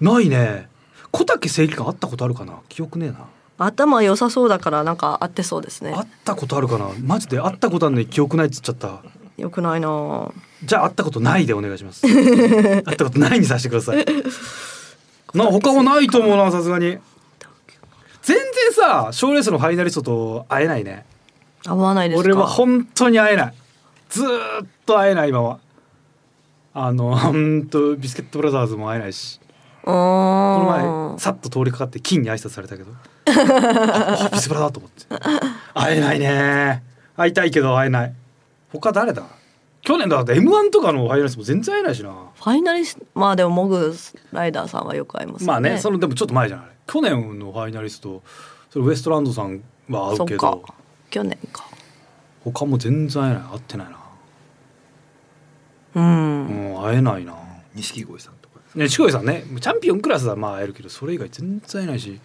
ないね小竹正義感会ったことあるかな記憶ねえな頭良さそうだからなんか合ってそうですね会ったことあるかなマジで会ったことあるのに記憶ないっつっちゃったよくないなぁじゃあ会ったことないでお願いします。会ったことないにさせてくだ さい。な他もないと思うなさすがに。全然さ賞レースのファイナリストと会えないね。合わないですか俺は本当に会えない。ずーっと会えない今は。あの うんとビスケットブラザーズも会えないし。うこーのん前さっと通りかかって金に挨拶されたけどああビスブラだと思って会えないね会いたいけど会えない他誰だ去年だって m 1とかのファイナリストも全然会えないしなファイナリストまあでもモグライダーさんはよく会いますよねまあねそのでもちょっと前じゃない去年のファイナリストそれウエストランドさんは会そうっけかど去年か他も全然会えない会ってないなうん、もう会えないな錦鯉さんとかねちこいさんねチャンピオンクラスはまあ会えるけどそれ以外全然会えないし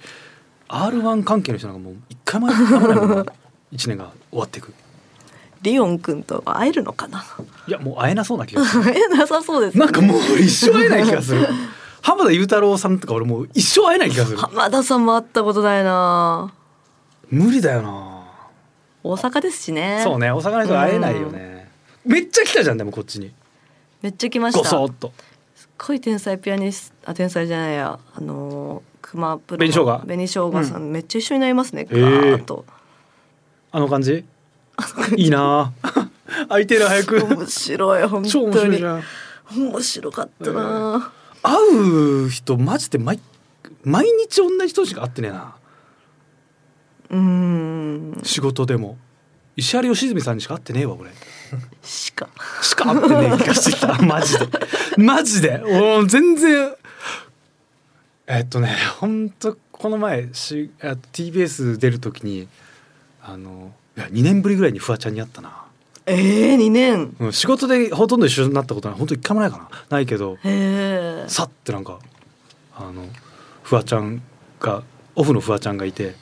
r 1関係の人なんかもう一回も会えないもんな一年が終わっていくリオン君とは会えるのかな いやもう会えなそうな気がする会えなさそうで すねなんかもう一生会えない気がする浜田雄太郎さんとか俺もう一生会えない気がする浜田さんも会ったことないなぁ無理だよな大阪ですしねそうねお魚と会えないよねめっちゃ来たじゃんでもこっちにめっちゃ来ましごたそっとすっごい天才ピアニストあ天才じゃないやあのー熊プロ紅生姜紅生姜さん、めっちゃ一緒になりますねガへえーッと、あの感じいいな会いてる早く面白い本超面当白いにじゃん面白かったなぁ、会う人マジで毎毎日同じ人しか会ってねえなうーん仕事でも石原良純さんにしか会ってねえわ俺しかしか会ってねえ気がしてきた マジでマジで俺全然えっとねほんとこの前しあ TBS 出る時にあのいや2年ぶりぐらいにフワちゃんに会ったな、ええー、2年うん、仕事でほとんど一緒になったことないほんと一回もないかなないけどへえさってなんかあのフワちゃんがオフのフワちゃんがいて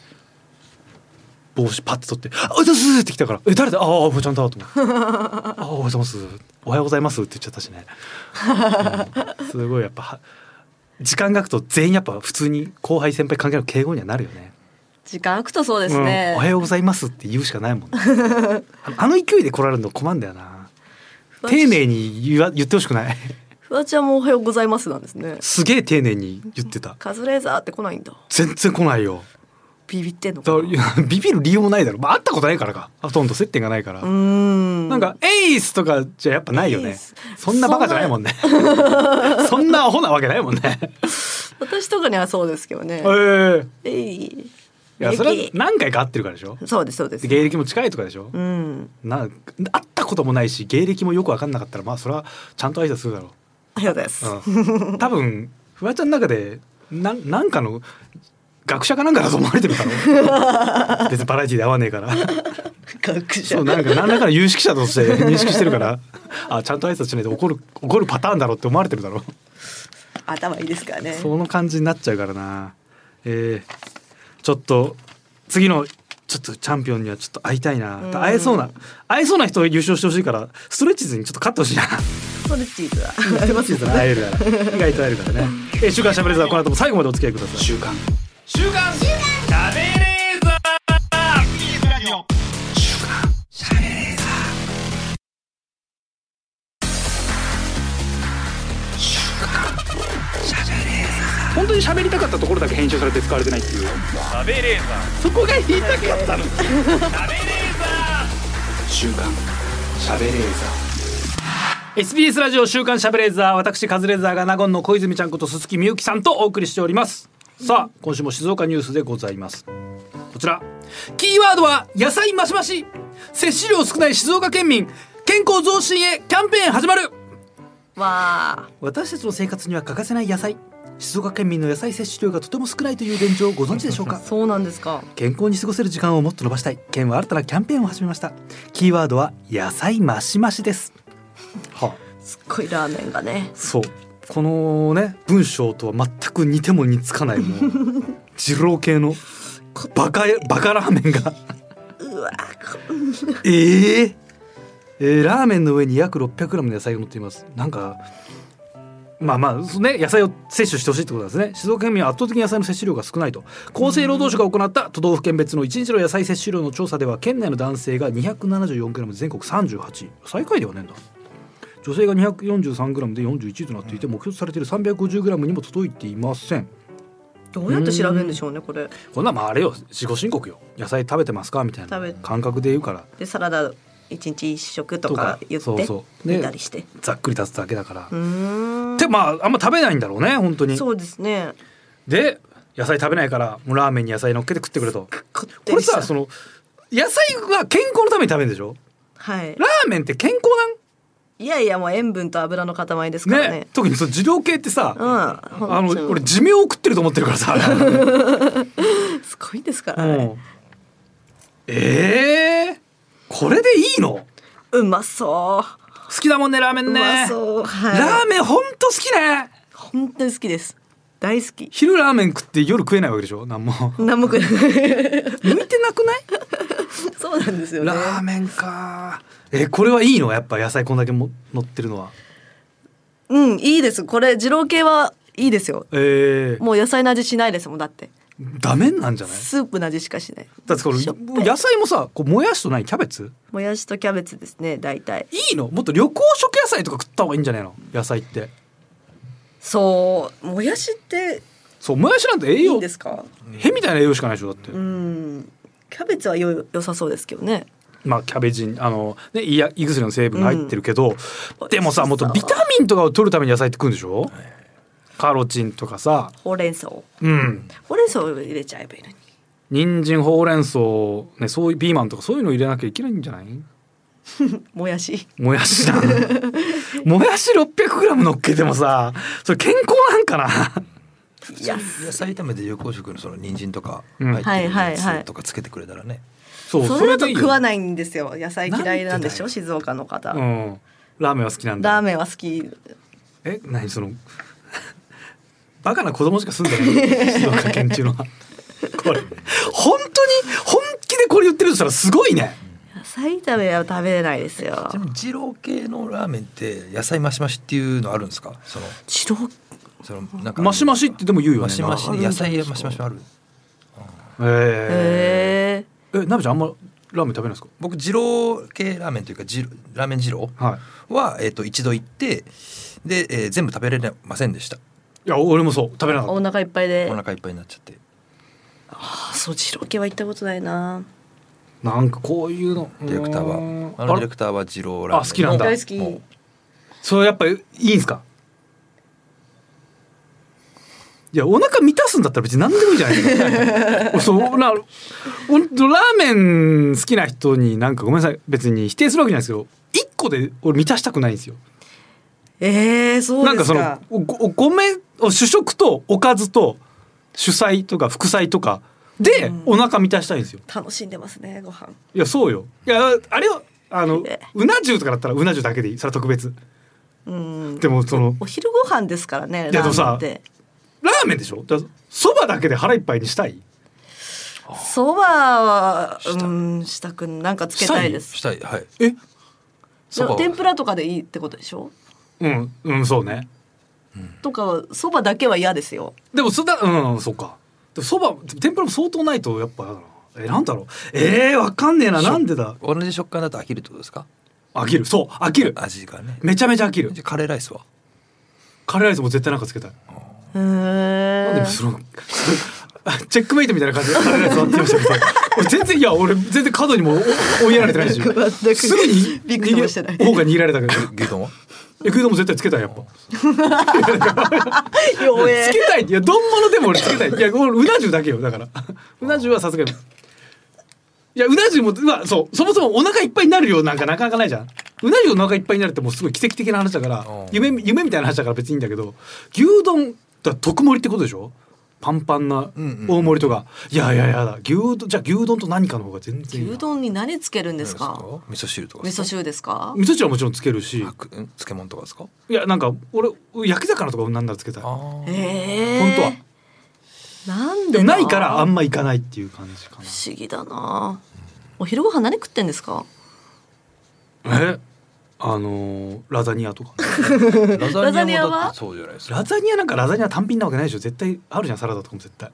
帽子パッて取って「あおはようございます」って来たから「え誰だああフワちゃんだ」と思っ て「ああおはようございます」「おはようございます」って言っちゃったしね、うんすごいやっぱは時間が空くと全員やっぱ普通に後輩先輩関係の敬語にはなるよね時間空くとそうですうね、んおはようございますって言うしかないもん ねあのあの勢いで来られるの困んだよなわ丁寧に言わ言ってほしくないフワちゃんもおはようございますなんですねすげえ丁寧に言ってたカズレーザーって来ないんだ全然来ないよビビってんのかだなかうらいやビビる理由もないだろ、まあ、会ったことないからかほとんど接点がないから、ーんなんか「エイス!」とかじゃやっぱないよエイねスそんなバカじゃないもんねそんなアホなわけないもん ね私とかにはそうですけどねえええいいやそれはゆき何回か会ってるからでしょそうですそうですで芸歴も近いとかでしょ、うんな会ったこともないし芸歴もよく分かんなかったらまあそれはちゃんと挨拶するだろありがとうございます、う、 うん、多分フワちゃんの中でなんなんかの学者かなんかだと思われてるだ ろ別にバラエティで会わねえから。 学者そうなんか何らかの有識者として認識してるからあちゃんと挨拶しないと怒る怒るパターンだろうって思われてるだろ頭いいですからねその感じになっちゃうからなえーちょっと次のちょっとチャンピオンにはちょっと会いたいな会えそうな会えそうな人優勝してほしいからストレッチーズにちょっと勝ってほしいなストレッチーズはストレッチーズなら会えるから意外と会えるからね、えー週刊しゃべれーはこの後も最後までお付き合いください週刊週刊週刊食べレーザー TBS ラジオ本当に喋りたかったところだけ編集されて使われてないっていう食べレーザーそこが言いたかったの食べレーザー週刊しゃべれーザ SBS ラジオ週刊しゃべれーザー私カズレーザーが納言の小泉ちゃんこと鈴木みゆきさんとお送りしておりますさあ今週も静岡ニュースでございますこちらキーワードは野菜マシマシ摂取量少ない静岡県民健康増進へキャンペーン始まるわあ私たちの生活には欠かせない野菜静岡県民の野菜摂取量がとても少ないという現状をご存知でしょうかそうなんですか健康に過ごせる時間をもっと伸ばしたい県は新たなキャンペーンを始めましたキーワードは野菜マシマシですはすっごいラーメンがねそうこのね文章とは全く似ても似つかないもう二郎系のバカバカラーメンがうわえええーラーメンの上に約 600g の野菜が乗っていますなんかまあまあそうね野菜を摂取してほしいってことなんですね静岡県民は圧倒的に野菜の摂取量が少ないと厚生労働省が行った都道府県別の一日の野菜摂取量の調査では県内の男性が 274g 全国38位最下位ではねえんだ女性が 243g で41位となっていて、目標とされている 350g にも届いていませんどうやって調べるんでしょうねこれこんなんまああれよ自己申告よ野菜食べてますかみたい食なべ感覚で言うからでサラダ一日一食ととかか言ってそうそうね見たりしてざっくり立つだけだから、うーんてまああんま食べないんだろうね本当にそうですねで野菜食べないからもうラーメンに野菜乗っけて食ってくれと勝手こにれさその野菜は健康のために食べるんでしょはいラーメンって健康いやいやもう塩分と油の塊ですかなんらねね特にその自動系ってさ、うんああの俺寿命を食ってると思ってるから さ、すごいですかうらねん、えー、これでいいのうまそ好きだもんねラーメううンねまそうはいラーメンほんと好きね本当に好きです大好き昼ラーメン食って夜食えないわけでしょなん も何も食えない向いてなくない そうなんですよねラーメンかえこれはいいのやっぱ野菜こんだけも乗ってるのはうんいいですこれ二郎系はいいですよえー、もう野菜の味しないですもんだってダメなんじゃないスープの味しかしないだってこれしょっぱい野菜もさこうもやしとないキャベツもやしとキャベツですね大体いいのもっと緑黄色野菜とか食った方がいいんじゃないの野菜ってそうもやしってそうもやしなんて栄いい養んですかへみたいな栄養しかないでしょだって、うんキャベツはよ良さそうですけどねまあキャベジンあのねいや胃薬の成分が入ってるけど、うんでもさもっとビタミンとかを取るために野菜って食うんでしょ、カロチンとかさほうれん草ほうんうれん草を入れちゃえばいいのに人参ほうれん草ねそういうピーマンとかそういうの入れなきゃいけないんじゃないもやしもやしだ もやし 600g 乗っけてもさそれ健康なんかないや野菜炒めで有効食のその人参とかうん入ってるはいはいはやいつとかつけてくれたらね。そそれだとでいいよ食わないんですよ野菜嫌いなんでしなょん静岡の方、うん、ラーメンは好きなんだラーメンは好きえ何その バカな子供しか住んでない静岡県中のはこれ本当に本気でこれ言ってるとしたらすごいね野菜炒めは食べれないですよちなみに二郎系のラーメンって野菜マシマシっていうのあるんですか？その白そのなんかマシマシってでも言うよねマシマシなんか野菜マシマシある。えへえー、えなべちゃんあんまラーメン食べないですか僕二郎系ラーメンというか二郎ラーメン二郎はいはえっと一度行ってでえー全部食べれませんでした。いや俺もそう食べなかっお腹いっぱいでお腹いっぱいになっちゃって。あそう二郎系は行ったことないなたなんかこういうのディレクターうーはんあのディあレれクターは二郎ラーメンあ好きなんだ大好きもうそれやっぱいいんすかいやお腹満たすんだったら別に何でもいいじゃないです かそうなほんとラーメン好きな人になんかごめんなさい別に否定するわけじゃないですけど一個で俺満たしたくないんですよええそうなんでかすそかのおお米お主食とおかずと主菜とか副菜とかでお腹満たしたいんですよ楽しんでますねご飯いやそうよいやあれはあのえうな重とかだったらうな重だけでいいそれは特別うんでもそのお昼ご飯ですからねいやでもラーメンさってラーメンでしょだそばだけで腹いっぱいにしたいそばはしたうんしたくなんかつけたいですしたいはい。えでそばもは天ぷらとかでいいってことでしょうんうんそうねとかそばだけは嫌ですよでもそだうんそうかでもそば天ぷらも相当ないとやっぱだからえなんだろうえー、わかんねえななんでだ同じ食感だと飽きるってことですか？飽きるそう飽きる味がね。めちゃめちゃ飽きるじゃあカレーライスは。カレーライスも絶対なんかつけたいへなんでえそのチェックメイトみたいな感じでカレーライス割ってましたけど俺全然いや俺全然角にもお追いやられて ないしすぐにびっくりもしてない逃げ方が逃げられたけど牛丼は？え食いも絶対つけたいやっぱ 弱えつけたいいや丼物でも俺つけたいいや俺うな重だけよだから うな重はさすがにいやうな重もまあそうそもそもお腹いっぱいになるようなんかなかなかないじゃんうな重のお腹いっぱいになるってもうすごい奇跡的な話だからうん夢夢みたいな話だから別にいいんだけど牛丼だ特盛りってことでしょパンパンなうんうん大盛りとか、いやいやいやだ牛丼じゃあ牛丼と何かの方が全然いいな牛丼に何つけるんですか何です味噌汁とか味です噌汁ですか味噌汁はもちろんつけるしか。あくん漬物とかですか？いやなんか俺焼き魚とかなんならつけたい本ああ。ええ当はなんででもないからあんまま行かないっていう感じかな不思議だなお昼ご飯何食ってんですかえあのーラザニアとかララザニアはだってそうじゃないですか ラザニアなんかラザニア単品なわけないでしょ絶対あるじゃんサラダとかも絶対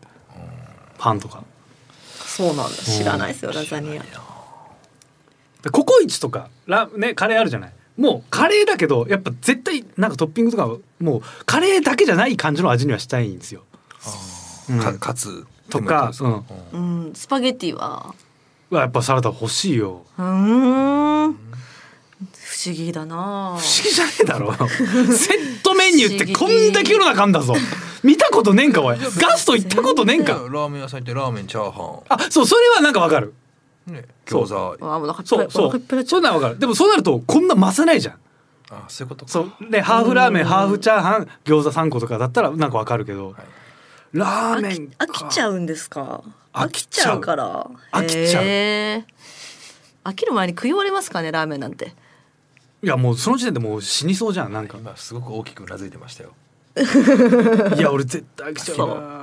パンとかそうなんだ知らないですよラザニアでココイチとかラ、ね、カレーあるじゃないもうカレーだけどやっぱ絶対なんかトッピングとかはもうカレーだけじゃない感じの味にはしたいんですよ。うんかカツとかでもやってますうんスパゲティはうわやっぱサラダ欲しいよ。うーん不思議だなあ不思議じゃねえだろセットメニューってこんだけ世の中あんだぞ見たことねえんかおいガスト行ったことねえんうかんラーメン屋さん行ってラーメンチャーハあそうそれはなんかわかるン、ね、餃子あもうなんかそうそお腹いうっぱいになっちゃそうなのわかるでもそうなるとこんな増せないじゃんあそういうことかそうねハーフラーメンハーフチャーハン餃子3個とかだったらなんかわかるけど、いラーメン飽き飽きちゃうんですか飽飽ききちちゃゃううから飽きちゃうへえ飽きる前に食い終われますかねラーメンなんていやもうその時点でもう死にそうじゃんなんか今すごく大きくうなずいてましたよいや俺絶対飽きちゃう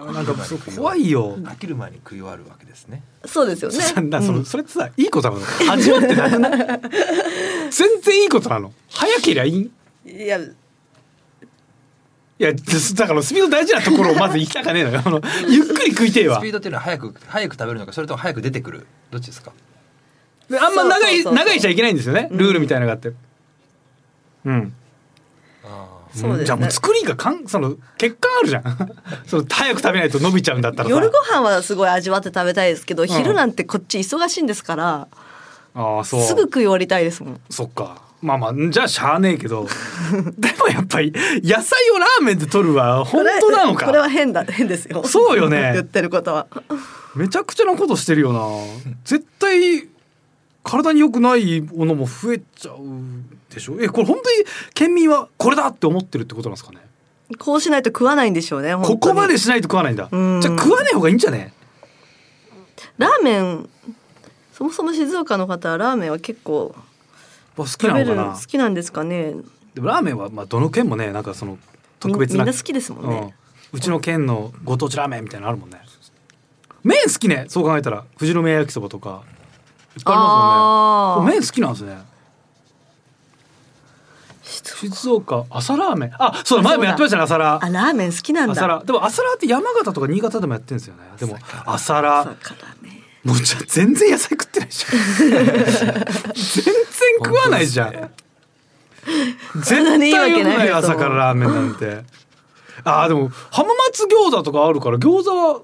ななんかそう怖いよ飽きる前に食い終わるわけですねそうですよねそんなそうんのそれってさいいことなの味わってなくない全然いいことなの早けりゃいいいやいやですだからスピード大事なところをまず行きたかねえのよあのゆっくり食いてえスわピードっていうのは早く早く食べるのかそれとも早く出てくるどっちですかであんま長いそうそうそうそう長いちゃいけないんですよねルールみたいなのがあってうんあーそうですねじゃあもう作りがかんその欠陥あるじゃん その早く食べないと伸びちゃうんだったらさ夜ご飯はすごい味わって食べたいですけど、ん昼なんてこっち忙しいんですからああそうすぐ食い終わりたいですもんそっかまあまあじゃあしゃあねえけど でもやっぱり野菜をラーメンで取るは本当なのこれこれかは変だ変ですよそうよね 言ってることはめちゃくちゃなことしてるよな絶対体に良くないものも増えちゃうでしょえこれ本当に県民はこれだって思ってるってことなんですかねこうしないと食わないんでしょうね本当こにこまでしないと食わないんだうんじゃあ食わない方がいいんじゃねラーメンそもそも静岡の方はラーメンは結構まあ好き食なべのかるな好きなんですかねでもラーメンはまあどの県もねなんかその特別みなみんな好きですもんね、うん、うちの県のご当地ラーメンみたいなのあるもんね麺好きねそう考えたら富士宮焼きそばとかいっぱいありますもんねあー麺好きなんですね静岡朝ラーメンあそうだ前もやってましたね朝ラあラーメン好きなん朝ラだでも朝ラーって山形とか新潟でもやってるんですよねでも朝ラだからねもうじゃあ全然野菜食ってないじゃん全然食わないじゃん、絶体対にいいわけ良ないくない朝からラーメンなんてあーでも浜松餃子とかあるから餃子は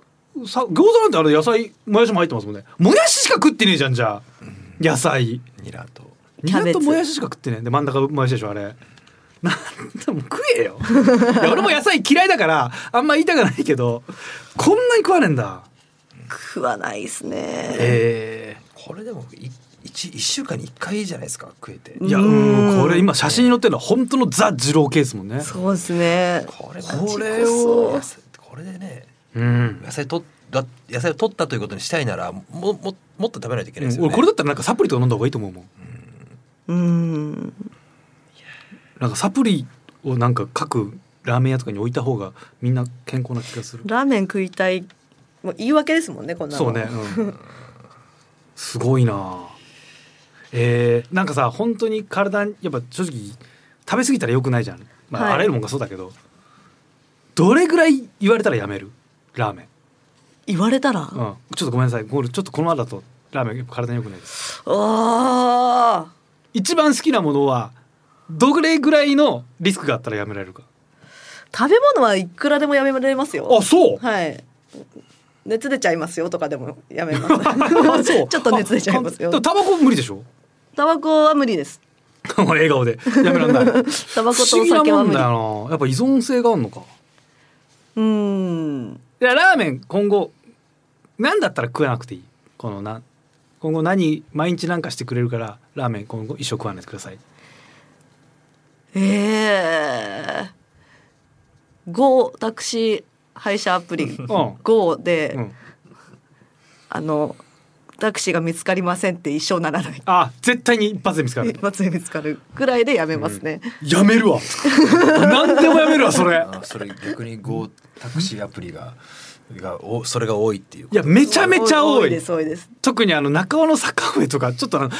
さ餃子なんてあれ野菜もやしも入ってますもんねもやししか食ってねえじゃんじゃあ野菜ニラとニキャラベツともやししか食ってねえで真ん中もやしでしょあれなんでも食えよいや俺も野菜嫌いだからあんま言いたくないけどこんなに食わねえんだ食わないですね、ええこれでもい一一週間に一回じゃないですか食えていやうんこれ今写真に載ってるのは本当のザ二郎系ですもんね。そうですねこれこれを野菜これでねうん。野菜とだ野菜を取ったということにしたいならもももっと食べないといけないですよね俺これだったらなんかサプリとか飲んだ方がいいと思うもん。うんなんかサプリをなんか各ラーメン屋とかに置いた方がみんな健康な気がする。ラーメン食いたいもう言い訳ですもんねこんなのそうね。うん、すごいな。えー、なんかさ本当に体にやっぱ正直食べ過ぎたら良くないじゃん。まあ、はいあらゆるもんがそうだけど、どれぐらい言われたらやめるラーメン。言われたら、うん。ちょっとごめんなさい。ゴールちょっとこのままだとラーメンやっぱ体に良くないです。あ一番好きなものはどれぐらいのリスクがあったらやめられるかー食べ物はいくらでもやめられますよ そうはい熱出ちゃいますよとかでもやめますあ そう ちょっと熱出ちゃいますあよでもタバコ無理でしょタバコは無理です 笑顔でやめらん ないタバコとお不思議な酒もはん無だ理よなやっぱ依存性があるのかうんいやラーメン今後何だったら食わなくていいこのな今後何毎日なんかしてくれるからラーメン今後一生食わないでくださいええー、Go タクシー配車アプリん Go で、うんあのタクシーが見つかりませんって一生ならないあ絶対に一発で見つかる一発で見つかるぐらいでやめますね、やめるわ 何でもやめるわそれあそれ逆に Go タクシーアプリががおそれが多いっていういやめちゃめちゃ多多いいです多いです特にあの中尾の坂上とかちょっとあの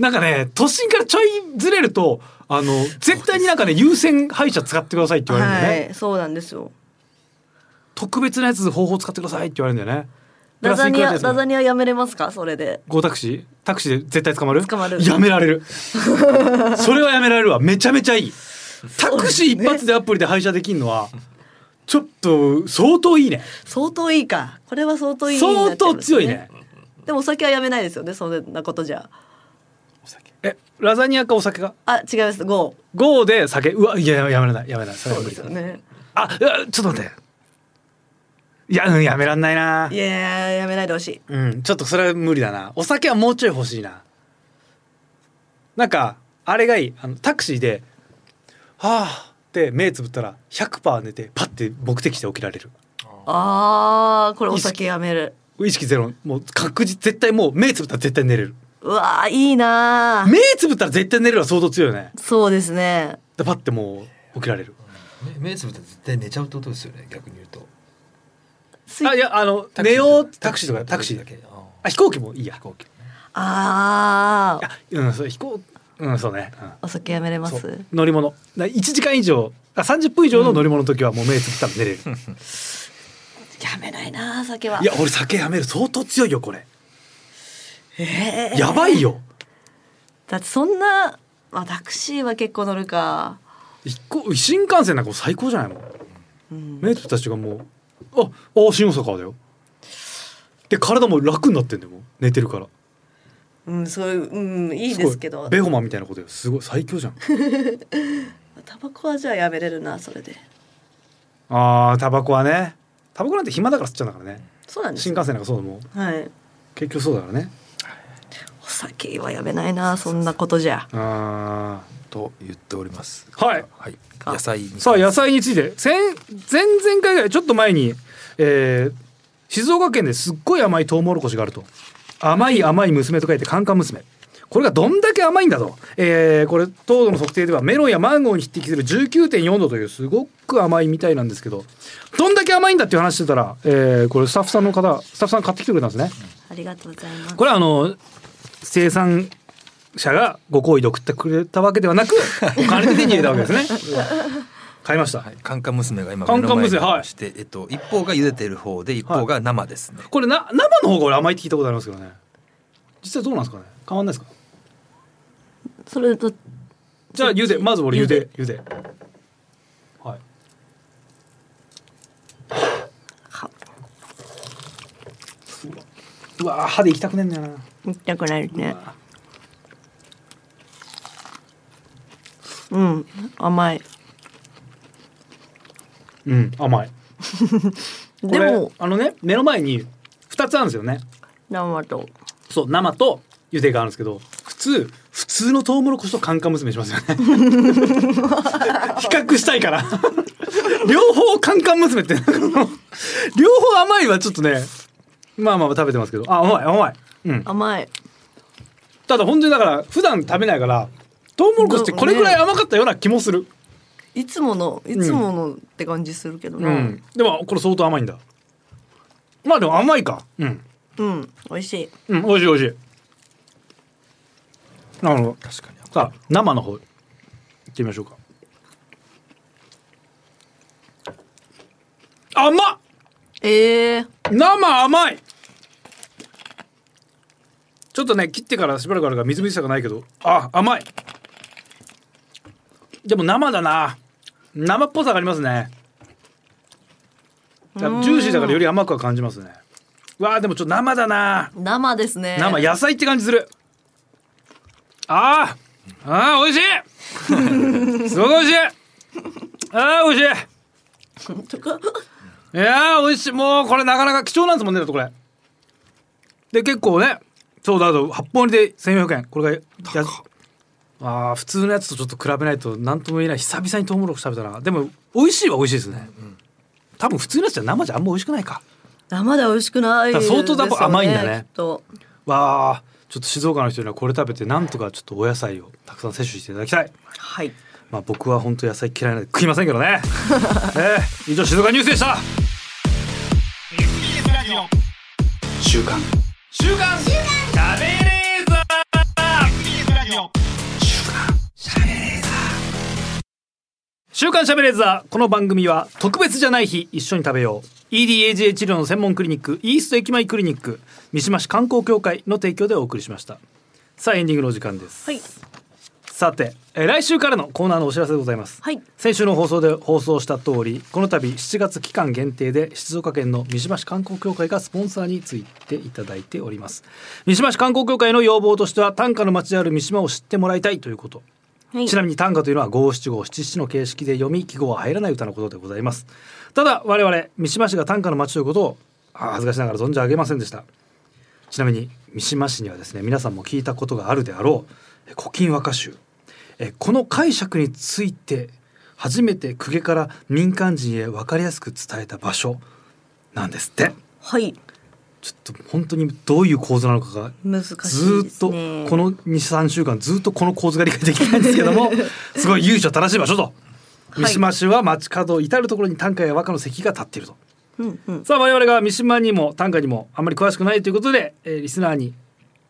なんかね都心からちょいずれるとあの絶対になんかね優先歯医者使ってくださいって言われるんだよね、はい、そうなんですよ。特別なやつ方法使ってくださいって言われるんだよねプラザスいニくらアですもラんザニアやめれますかそれで。ゴータクシータクシーで絶対捕まる捕まるやめら れるそれはやめられるわめちゃめちゃいいタクシー一発でアプリで配車できるのはちょっと相当いいね相当いいか。これは相当いいにな相っちゃう当んですね強いね。でもお酒はやめないですよね。そんなことじゃ。えラザニアかお酒かあ違います。ゴ5で酒うわいややめられないやめられないそー。れはそう無で理すだよね。あうわちょっと待っていやうんやめらんないないやーやめないでほしい。うんちょっとそれは無理だなお酒はもうちょい欲しいななんかあれがいいあのタクシーで「はあ」って目つぶったら100%寝てパッて目的して起きられるあーこれお酒やめる。意識ゼロもう確実絶対もう目つぶったら絶対寝れるうわーいいなー。目つぶったら絶対寝れるは相当強いよねそうですね。でパッてもう起きられる目目つぶって絶対寝ちゃうってことですよね逆に言うとついあいやあの寝ようタクシーとかタクシーだけああ飛行機もいいや飛行機あーあうんそう飛行うんそうね、うんお酒やめれまそうす。乗り物な1時間以上あ30分以上の乗り物の時はもう目つぶったら寝れる、やめないなー酒は。いや俺酒やめる相当強いよこれえーやばいよだってそんな、まあ、タクシーは結構乗るか。一個新幹線なんかもう最高じゃないもんうん目つぶった人がもうああ新大阪だよで体も楽になってんだよもう寝てるからうん、そういう、うん、いいすごですけど。ベホマみたいなことよすごい最強 じゃんタバコはじゃあやめれるな、それで。あータバコはねタバコなんて暇だから吸っちゃうんだからねそうなんです新よ。幹線なんかそうだもんはい。結局そうだからねお酒はやめないな、そんなことじゃ。あーと言っております。はいはい。野菜に関して。さあ野菜について先前々回ぐらいちょっと前に、えー静岡県ですっごい甘いトウモロコシがあると甘い甘い娘と書いてカンカン娘これがどんだけ甘いんだと、えーこれ糖度の測定ではメロンやマンゴーに匹敵する19.4度というすごく甘いみたいなんですけどどんだけ甘いんだっていう話してたら、えーこれスタッフさんの方スタッフさん買ってきてくれたんですね。ありがとうございます。これはあの生産者がご好意で送ってくれたわけではなくお金で手に入れたわけですね。買いました。はい。カンカン娘が今カンカン目娘の前にはいして、えっと一方が茹でてる方で一方が生ですね。これな生の方が俺甘いって聞いたことありますけどね実際どうなんですかね変わんないですかそれと、じゃあ茹でまず俺茹で茹ではいは、うわー歯で行きたくねえんだよな痛くないね。うん、甘い。うん甘いこでれも、あのね目の前に二つあるんですよね生と。そう生と茹でがあるんですけど普通普通のトウモロコシとカンカン娘します よね比較したいから両方カンカン娘ってなんかもう両方甘いはちょっとねまあまあ食べてますけどあ甘い甘いうん甘い。ただ本当にだから普段食べないからトウモロコシってこれぐらい甘かったような気もする、いつもの、いつものって感じするけどうな。うんん、でもこれ相当甘いんだまあでも甘いかうん、、美味しい。うん、美味しい美味しいなるほど確かに。さあ生の方いってみましょうか甘っええー。生甘いちょっとね切ってからしばらくあるからみずみずしさがないけどあ甘いでも生だな生っぽさがありますねジューシーだからより甘くは感じますねわあでもちょっと生だな生ですね。生野菜って感じするあーあー美味し いすごく美味しいあー美味しいとか。いやー美味しいもうこれなかなか貴重なんですもんねだってこれで結構ねそうだと8本入りで1400円これがやあー普通のやつとちょっと比べないと何とも言えない久々にトウモロコシ食べたなでも美味しいは美味しいですね、多分普通のやつじゃ生じゃあんま美味しくないか生では美味しくないだかですらよ、ね。相当やっぱ甘いんだねきっとわあちょっと静岡の人にはこれ食べてなんとかちょっとお野菜をたくさん摂取していただきたいはい。まあ僕は本当野菜嫌いなんで食いませんけどね、 えー、以上静岡ニュースでした SBS ラジオ週刊週刊食べレーザー。SBS ラジオ週刊しゃべレーザー。週刊しゃべれーザーこの番組は特別じゃない日一緒に食べよう EDAGA 治療の専門クリニックイースト駅前クリニック三島市観光協会の提供でお送りしましたさあエンディングのお時間ですはいさて、えー来週からのコーナーのお知らせでございます、はい先週の放送で放送した通りこの度7月期間限定で静岡県の三島市観光協会がスポンサーについていただいております三島市観光協会の要望としては短歌の街である三島を知ってもらいたいということはいちなみに短歌というのは五七五七七の形式で読み記号は入らない歌のことでございますただ我々三島市が短歌の街ということをあ恥ずかしながら存じ上げませんでしたちなみに三島市にはですね皆さんも聞いたことがあるであろうえ古今和歌集えこの解釈について初めて公家から民間人へ分かりやすく伝えた場所なんですってはいちょっと本当にどういう構図なのかが難しいですねずーっとこの23週間ずっとこの構図が理解できないんですけど もすごい由緒正しい場所とい三島市は街角至る所に短歌や和歌の席が立っていると。うんうんさあ我々が三島にも短歌にもあんまり詳しくないということで、えーリスナーに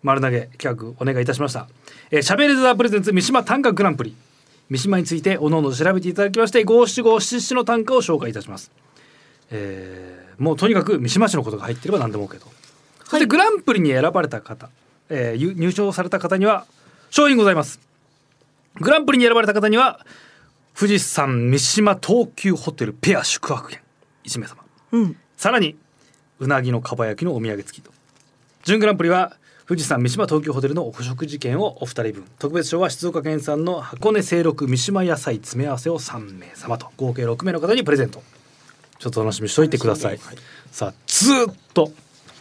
丸投げ企画お願いいたしました「えー、しゃべれザープレゼンツ三島短歌グランプリ」三島についておのおの調べていただきまして五七五七七の短歌を紹介いたします、えーもうとにかく三島市のことが入ってれば何でも OK とそしてグランプリに選ばれた方、えーゆ入賞された方には賞品ございますグランプリに選ばれた方には富士山三島東急ホテルペア宿泊券1名様うんさらにうなぎのかば焼きのお土産付きと準グランプリは富士山三島東京ホテルのお食事券をお二人分特別賞は静岡県産の箱根清六三島野菜詰め合わせを3名様と合計6名の方にプレゼントちょっと楽しみにしといてください、さあずーっと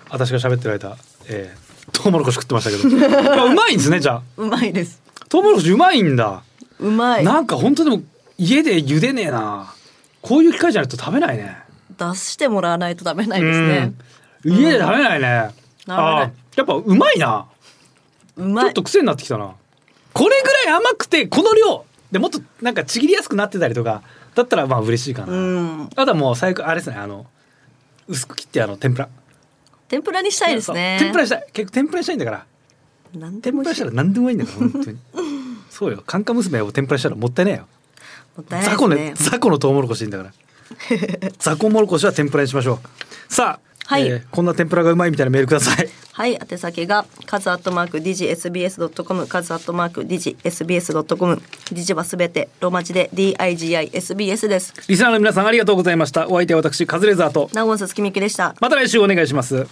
私が喋ってる間、えー、トウモロコシ食ってましたけどまあうまいんですねじゃあうまいですトウモロコシうまいんだ、うまいなんか本当でも家で茹でねえなこういう機会じゃないと食べないね出してもらわないと食べないですねうん家で食べないね。べないああ、やっぱうまいな。うちょまっいと癖になってきたな。これぐらい甘くてこの量でもっとなんかちぎりやすくなってたりとかだったらまあ嬉しいかな。うんあとはもう最悪あれですねあの薄く切ってあの天ぷら。天ぷらにしたいですねそう天ぷらにしたい。結構天ぷらにしたいんだから。なんで天ぷらも美に味ししいたもら何でもいいんだから本 当に。そうよ。カンカ娘を天ぷらにしたらもったいないよ。ったいな雑いです魚ねね雑魚のトウモロコシでいいんだ から雑魚もろこしは天ぷらにしましょうさあ、はいえーこんな天ぷらがうまいみたいなメールくださいはい、宛先が、カズアットマーク、ディジ SBS.com、カズアットマーク、ディジ SBS.com、ディジはすべて、ローマ字で DIGISBS です。リスナーの皆さんありがとうございました。お相手は私、カズレーザーと。ナウンス月見きでした。また来週お願いします。